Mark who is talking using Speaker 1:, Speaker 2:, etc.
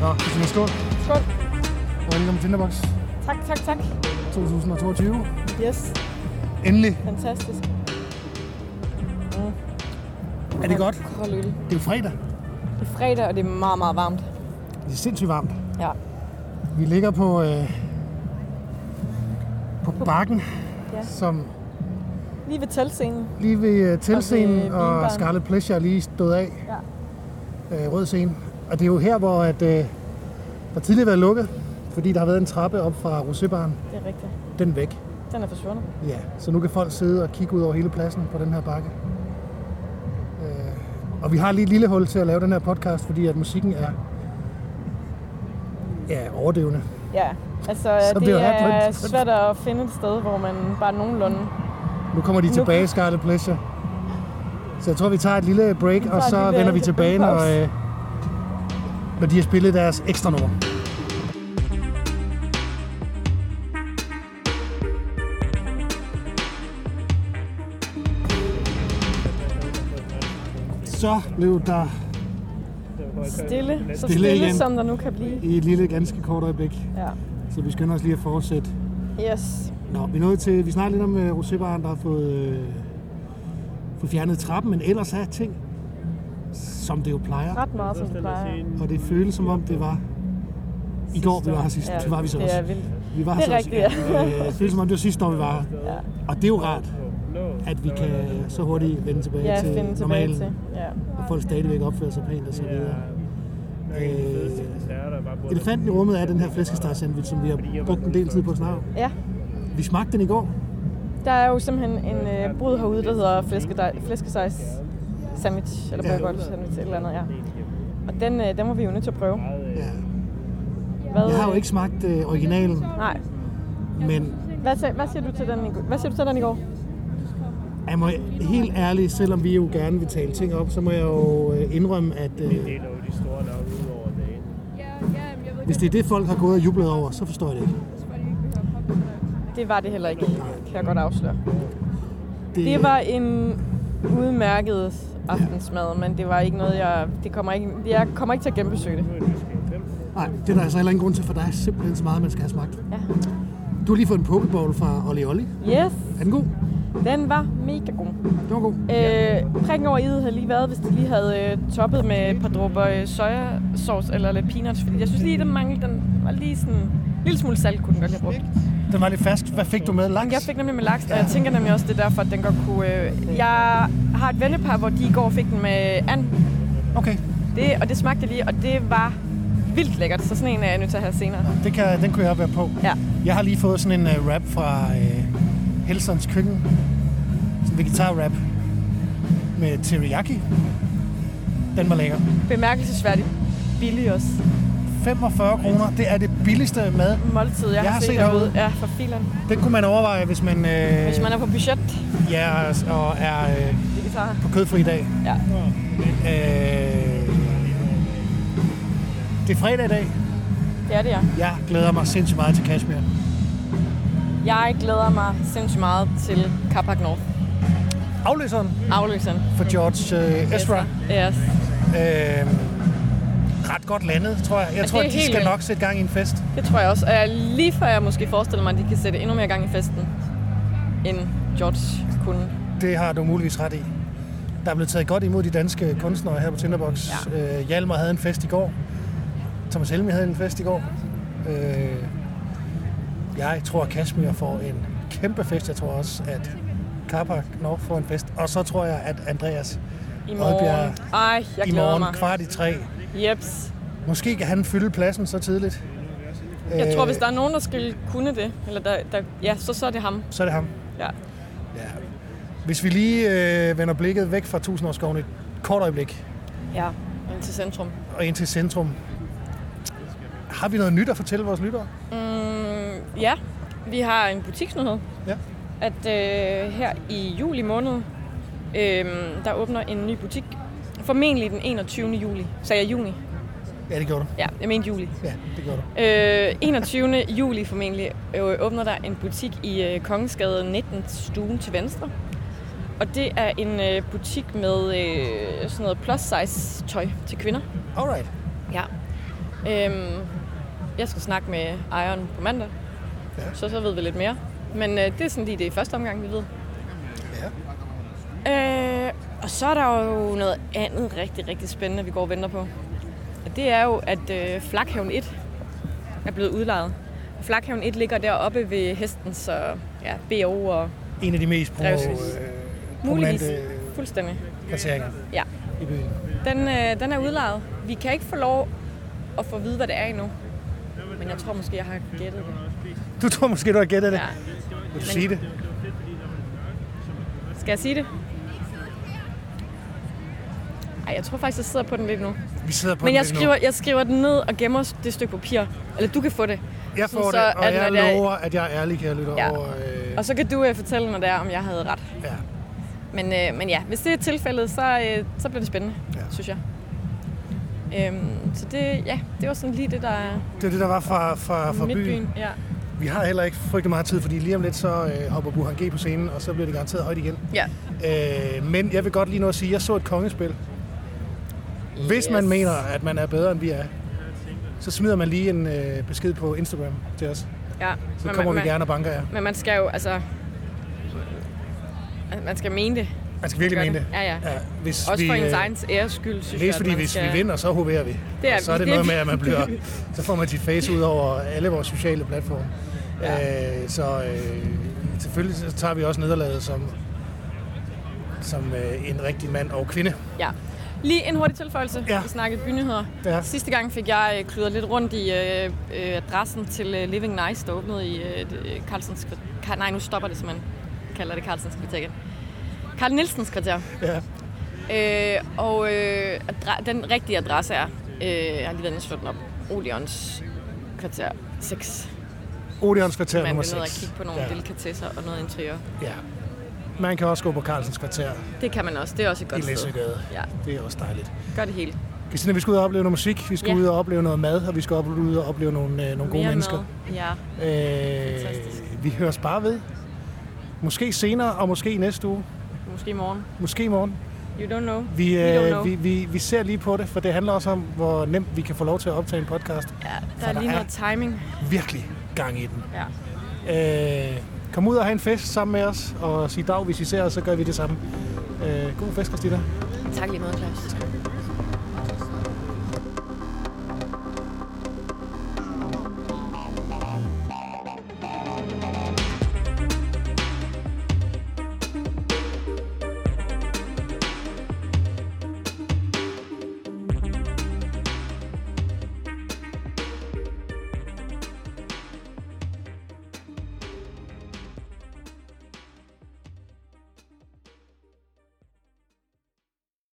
Speaker 1: Nå, Christina Skål.
Speaker 2: Skål.
Speaker 1: Og velkommen til Tinderbox
Speaker 2: Tak, tak, tak.
Speaker 1: 2022.
Speaker 2: Yes,
Speaker 1: Endelig.
Speaker 2: fantastisk.
Speaker 1: Er det godt?
Speaker 2: Kold øl.
Speaker 1: Det er jo fredag.
Speaker 2: Det er fredag, og det er meget, meget varmt.
Speaker 1: Det er sindssygt varmt.
Speaker 2: Ja.
Speaker 1: Vi ligger på, øh, på bakken,
Speaker 2: Ja.
Speaker 1: som
Speaker 2: Lige ved teltscenen.
Speaker 1: lige ved øh,
Speaker 2: Og ved
Speaker 1: Telscenen og,
Speaker 2: vinbaren.
Speaker 1: og Scarlet Pleasure er lige stod af.
Speaker 2: Ja.
Speaker 1: Øh, rød scene. Og det er jo her, hvor at, øh, der tidligere har været lukket, fordi der har været en trappe op fra Rosébaren.
Speaker 2: Det er rigtigt.
Speaker 1: Den er væk.
Speaker 2: Den er forsvundet.
Speaker 1: Ja, så nu kan folk sidde og kigge ud over hele pladsen på den her bakke. Øh, og vi har lige et lille hul til at lave den her podcast, fordi at musikken er ja, overdøvende.
Speaker 2: Ja, altså
Speaker 1: Så
Speaker 2: det
Speaker 1: bliver jeg på
Speaker 2: er
Speaker 1: en-
Speaker 2: svært at finde et sted, hvor man bare nogenlunde...
Speaker 1: Nu kommer de
Speaker 2: Nu-
Speaker 1: tilbage, Scarlet Pleasure. Så jeg tror, vi tager et lille break,
Speaker 2: Vi
Speaker 1: og
Speaker 2: tager
Speaker 1: så
Speaker 2: et lille-
Speaker 1: vender vi
Speaker 2: en
Speaker 1: tilbage, når,
Speaker 2: pause.
Speaker 1: øh, når de har spillet deres ekstra nummer. Så blev der
Speaker 2: Stille, så
Speaker 1: Stille
Speaker 2: stille,
Speaker 1: igen.
Speaker 2: som der nu kan blive.
Speaker 1: i et lille, ganske kort øjeblik,
Speaker 2: Ja.
Speaker 1: så vi skynder os lige at fortsætte.
Speaker 2: Yes.
Speaker 1: Nå, vi nåede til, vi snakker lidt om uh, rosébaren, der har fået, øh, fået fjernet trappen, men ellers er ting, som det jo plejer.
Speaker 2: Ret meget, som det plejer.
Speaker 1: Og det føles som om, det var i går, vi var her sidst.
Speaker 2: Ja,
Speaker 1: det var vi så
Speaker 2: det er
Speaker 1: også.
Speaker 2: vildt.
Speaker 1: Vi var
Speaker 2: Det er
Speaker 1: her så også.
Speaker 2: rigtigt,
Speaker 1: Øh, det føles som om, det var sidste år, vi var her.
Speaker 2: Ja,
Speaker 1: Og det er jo rart, at vi kan så hurtigt vende tilbage
Speaker 2: ja
Speaker 1: til
Speaker 2: finde tilbage
Speaker 1: normalen.
Speaker 2: til. Ja.
Speaker 1: Og folk stadigvæk opfører sig pænt og så videre. Øh, elefanten i rummet er den her flæskesteg sandwich, som vi har brugt en del tid på at snakke om.
Speaker 2: ja,
Speaker 1: Vi smagte den i går.
Speaker 2: Der er jo simpelthen en øh, brud herude, der hedder flæskedej- flæskestegs sandwich, eller
Speaker 1: Ja.
Speaker 2: burger sandwich, et eller andet, ja. Og den, øh, den var vi jo nødt til at prøve.
Speaker 1: Ja.
Speaker 2: Hvad,
Speaker 1: Jeg har jo ikke smagt øh, originalen,
Speaker 2: Nej.
Speaker 1: men
Speaker 2: Hvad, sag, hvad siger du til den i går? Hvad siger du til den i går?
Speaker 1: jeg må helt ærligt, selvom vi jo gerne vil tale ting op, så må jeg jo øh, indrømme, at øh,
Speaker 3: deler jo de store navne ud over dagen.
Speaker 1: hvis det er det, folk har gået og jublet over, så forstår jeg det ikke.
Speaker 2: Det var det heller ikke, kan jeg godt afsløre.
Speaker 1: Det,
Speaker 2: Det var en udmærket aftensmad, men det var ikke noget, jeg... Det kommer ikke, jeg kommer ikke til at genbesøge det.
Speaker 1: Nej, det er der altså heller ingen grund til, for der er simpelthen så meget, man skal have smagt.
Speaker 2: Ja.
Speaker 1: Du har lige fået en pokeball fra Olli Olli.
Speaker 2: Yes,
Speaker 1: Er den god?
Speaker 2: den var mega god.
Speaker 1: Den var god.
Speaker 2: Øh, prikken over i'et havde lige været, hvis de lige havde øh, toppet med et par dråber øh, sojasauce eller lidt peanuts, fordi jeg synes lige, den manglede, den var lige sådan en lille smule salt, kunne den godt have brugt.
Speaker 1: Den var lidt fast. Hvad fik du med? Laks?
Speaker 2: Jeg fik nemlig med laks, og jeg tænker nemlig også, det er derfor, at den godt kunne... Øh, jeg har et vennepar, hvor de i går fik den med and,
Speaker 1: Okay,
Speaker 2: det, og det smagte jeg lige, og det var vildt lækkert, så sådan en er jeg nødt til at have senere.
Speaker 1: det kan, den kunne jeg være på.
Speaker 2: Ja,
Speaker 1: Jeg har lige fået sådan en uh, rap fra uh, Helsons Køkken. Sådan en vegetar-rap med teriyaki. Den var lækker.
Speaker 2: bemærkelsesværdigt billig også.
Speaker 1: 45 kroner, det er det billigste mad.
Speaker 2: Måltid, jeg, jeg har set, derude. Ja, for filen.
Speaker 1: Det kunne man overveje, hvis man, øh,
Speaker 2: Hvis man er på budget,
Speaker 1: ja, og er øh,
Speaker 2: vegetar.
Speaker 1: på kødfri dag.
Speaker 2: Ja,
Speaker 1: Øh, det er fredag i dag.
Speaker 2: det er det, ja.
Speaker 1: Jeg glæder mig sindssygt meget til Kashmir.
Speaker 2: Jeg glæder mig sindssygt meget til Carpark North.
Speaker 1: Afløseren
Speaker 2: Afløseren.
Speaker 1: for George øh, Ezra.
Speaker 2: Yes.
Speaker 1: Øh, ret godt landet, tror jeg. Jeg
Speaker 2: Ja,
Speaker 1: tror,
Speaker 2: Altså, det er
Speaker 1: at de
Speaker 2: helt
Speaker 1: skal
Speaker 2: vildt.
Speaker 1: nok sætte gang i en fest.
Speaker 2: Det tror jeg også. Og jeg lige før jeg måske forestiller mig, at de kan sætte endnu mere gang i festen, end George kunne.
Speaker 1: Det har du muligvis ret i. Der er blevet taget godt imod de danske kunstnere her på Tinderbox. Ja. Øh, Hjalmar havde en fest i går. Thomas Helmi havde en fest i går. Øh, jeg tror, at Kashmir får en kæmpe fest. Jeg tror også, at Carpark North får en fest. Og så tror jeg, at Andreas
Speaker 2: I
Speaker 1: Oddbjerg.
Speaker 2: morgen. Ej, jeg
Speaker 1: i
Speaker 2: glæder
Speaker 1: morgen
Speaker 2: mig.
Speaker 1: kvart i tre.
Speaker 2: Jeps.
Speaker 1: Måske kan han fylde pladsen så tidligt.
Speaker 2: Jeg tror,
Speaker 1: Øh,
Speaker 2: hvis der er nogen, der skulle kunne det, eller der, der, ja, så, så er det ham.
Speaker 1: Så er det ham.
Speaker 2: Ja.
Speaker 1: Ja. Hvis vi lige øh, vender blikket væk fra Tusindårsskoven et kort øjeblik,
Speaker 2: ja. Ind til centrum.
Speaker 1: og ind til centrum. Har vi noget nyt at fortælle vores lyttere?
Speaker 2: Mm, ja, vi har en butiksnyhed.
Speaker 1: Ja.
Speaker 2: At øh, her i juli måned, øh, der åbner en ny butik. Formentlig den 21. juli. Sagde jeg juni?
Speaker 1: Ja, det gjorde du.
Speaker 2: Ja, jeg mente juli.
Speaker 1: Ja, det gjorde du.
Speaker 2: Øh, 21. juli formentlig øh, åbner der en butik i øh, Kongensgade 19, stuen til venstre. Og det er en øh, butik med øh, sådan noget plus size tøj til kvinder.
Speaker 1: Alright.
Speaker 2: Ja. Øhm, jeg skal snakke med ejeren på mandag, ja. så så ved vi lidt mere. Men øh, det er sådan lige det i første omgang, vi ved.
Speaker 1: Ja.
Speaker 2: Øh, og så er der jo noget andet rigtig, rigtig spændende, vi går og venter på. Og det er jo, at øh, Flakhaven 1 er blevet udlejet. Og Flakhaven 1 ligger deroppe ved hesten, så ja, BO og
Speaker 1: En af de mest pro,
Speaker 2: Drevsvis.
Speaker 1: øh,
Speaker 2: muligvis
Speaker 1: prominente
Speaker 2: fuldstændig.
Speaker 1: placeringer
Speaker 2: Ja,
Speaker 1: i byen.
Speaker 2: den, øh, den er udlejet. Vi kan ikke få lov at få at vide, hvad det er endnu. Men jeg tror måske, jeg har gættet det.
Speaker 1: Du tror måske, du har gættet det.
Speaker 2: Ja.
Speaker 1: Vil du sige det?
Speaker 2: Skal jeg sige det? Ej, jeg tror faktisk, jeg sidder på den lidt nu.
Speaker 1: Vi sidder på den
Speaker 2: Men jeg
Speaker 1: lige nu.
Speaker 2: skriver, jeg skriver den ned og gemmer det stykke papir. Eller du kan få det.
Speaker 1: Jeg får
Speaker 2: Sådan
Speaker 1: det,
Speaker 2: så,
Speaker 1: og
Speaker 2: at
Speaker 1: jeg
Speaker 2: når det er-
Speaker 1: lover, at jeg er ærlig, kære lytter.
Speaker 2: Ja.
Speaker 1: Og, øh,
Speaker 2: Og så kan du øh, fortælle, når det er, om jeg havde ret.
Speaker 1: ja.
Speaker 2: Men, øh, men ja, hvis det er tilfældet, så, øh, så bliver det spændende,
Speaker 1: Ja.
Speaker 2: ja. synes jeg. Øhm, så det, ja, det var sådan lige det, der er
Speaker 1: Det er det, der var fra, fra, fra byen.
Speaker 2: midtbyen. Ja.
Speaker 1: Vi har heller ikke frygtelig meget tid, fordi lige om lidt så øh, hopper Burhan G på scenen, og så bliver det garanteret højt igen.
Speaker 2: ja.
Speaker 1: Øh, men jeg vil godt lige nå at sige, at jeg så et kongespil. Hvis
Speaker 2: Yes.
Speaker 1: man mener, at man er bedre, end vi er, så smider man lige en øh, besked på Instagram til os.
Speaker 2: ja.
Speaker 1: Så kommer
Speaker 2: man,
Speaker 1: vi gerne og banker jer.
Speaker 2: Men man skal jo, altså... altså, Man skal mene det.
Speaker 1: Man skal virkelig
Speaker 2: Gør
Speaker 1: mene
Speaker 2: det.
Speaker 1: det.
Speaker 2: Ja, ja.
Speaker 1: ja hvis
Speaker 2: Også
Speaker 1: vi,
Speaker 2: for ens
Speaker 1: øh,
Speaker 2: egen æres skyld, synes jeg,
Speaker 1: Mest
Speaker 2: at
Speaker 1: fordi,
Speaker 2: man
Speaker 1: hvis
Speaker 2: skal...
Speaker 1: vi vinder, så hoverer vi.
Speaker 2: Det er
Speaker 1: og så er
Speaker 2: vi.
Speaker 1: det
Speaker 2: Det er
Speaker 1: noget
Speaker 2: vi.
Speaker 1: med, at man bliver, så får man sit face ud over alle vores sociale platforme. Ja. Øh, så øh, selvfølgelig så tager vi også nederlaget som, som øh, en rigtig mand og kvinde.
Speaker 2: Ja. Lige en hurtig tilføjelse.
Speaker 1: Ja.
Speaker 2: Ja. Vi snakkede bynyheder.
Speaker 1: Ja.
Speaker 2: Sidste gang fik jeg øh, kludret lidt rundt i øh, øh, adressen til øh, Living Nice, der åbnede i øh, det- øh, Carlsens kvarter. Nej, nu stopper det simpelthen. Jeg kalder det Carlsens kvarter igen. Carl Nielsens kvarter.
Speaker 1: Ja.
Speaker 2: Øh, og øh, adre- den rigtige adresse er, øh, jeg har lige været inde og slå den op, Odeons kvarter 6.
Speaker 1: Odeons kvarter
Speaker 2: Man
Speaker 1: nummer
Speaker 2: vil ned og
Speaker 1: 6.
Speaker 2: kigge på nogle
Speaker 1: ja.
Speaker 2: ja. delikatesser og noget interiør.
Speaker 1: ja. Man kan også gå på Carlsens kvarter
Speaker 2: Det kan man også. Det er også et
Speaker 1: i
Speaker 2: godt sted.
Speaker 1: Læsøgade.
Speaker 2: Ja,
Speaker 1: Det er også dejligt.
Speaker 2: gør det hele.
Speaker 1: Christina, vi skal ud og opleve noget musik, vi skal
Speaker 2: Ja.
Speaker 1: ud og opleve noget mad, og vi skal ud og opleve nogle, øh, nogle gode
Speaker 2: Mere
Speaker 1: mennesker.
Speaker 2: Mad. Ja. Fantastisk.
Speaker 1: Øh, vi høres bare ved. Måske senere, og måske i næste uge.
Speaker 2: Måske i morgen.
Speaker 1: Måske i morgen.
Speaker 2: You don't know.
Speaker 1: Vi,
Speaker 2: We don't
Speaker 1: øh,
Speaker 2: know.
Speaker 1: vi, vi, vi ser lige på det, for det handler også om, hvor nemt vi kan få lov til at optage en podcast.
Speaker 2: Ja,
Speaker 1: For
Speaker 2: der
Speaker 1: der
Speaker 2: er lige
Speaker 1: er-
Speaker 2: noget timing.
Speaker 1: Virkelig gang i den.
Speaker 2: Ja.
Speaker 1: Øh, kom ud og have en fest sammen med os, og sig dag, hvis I ser os, så gør vi det samme. Øh, god fest, Christina.
Speaker 2: Tak lige meget, Claus.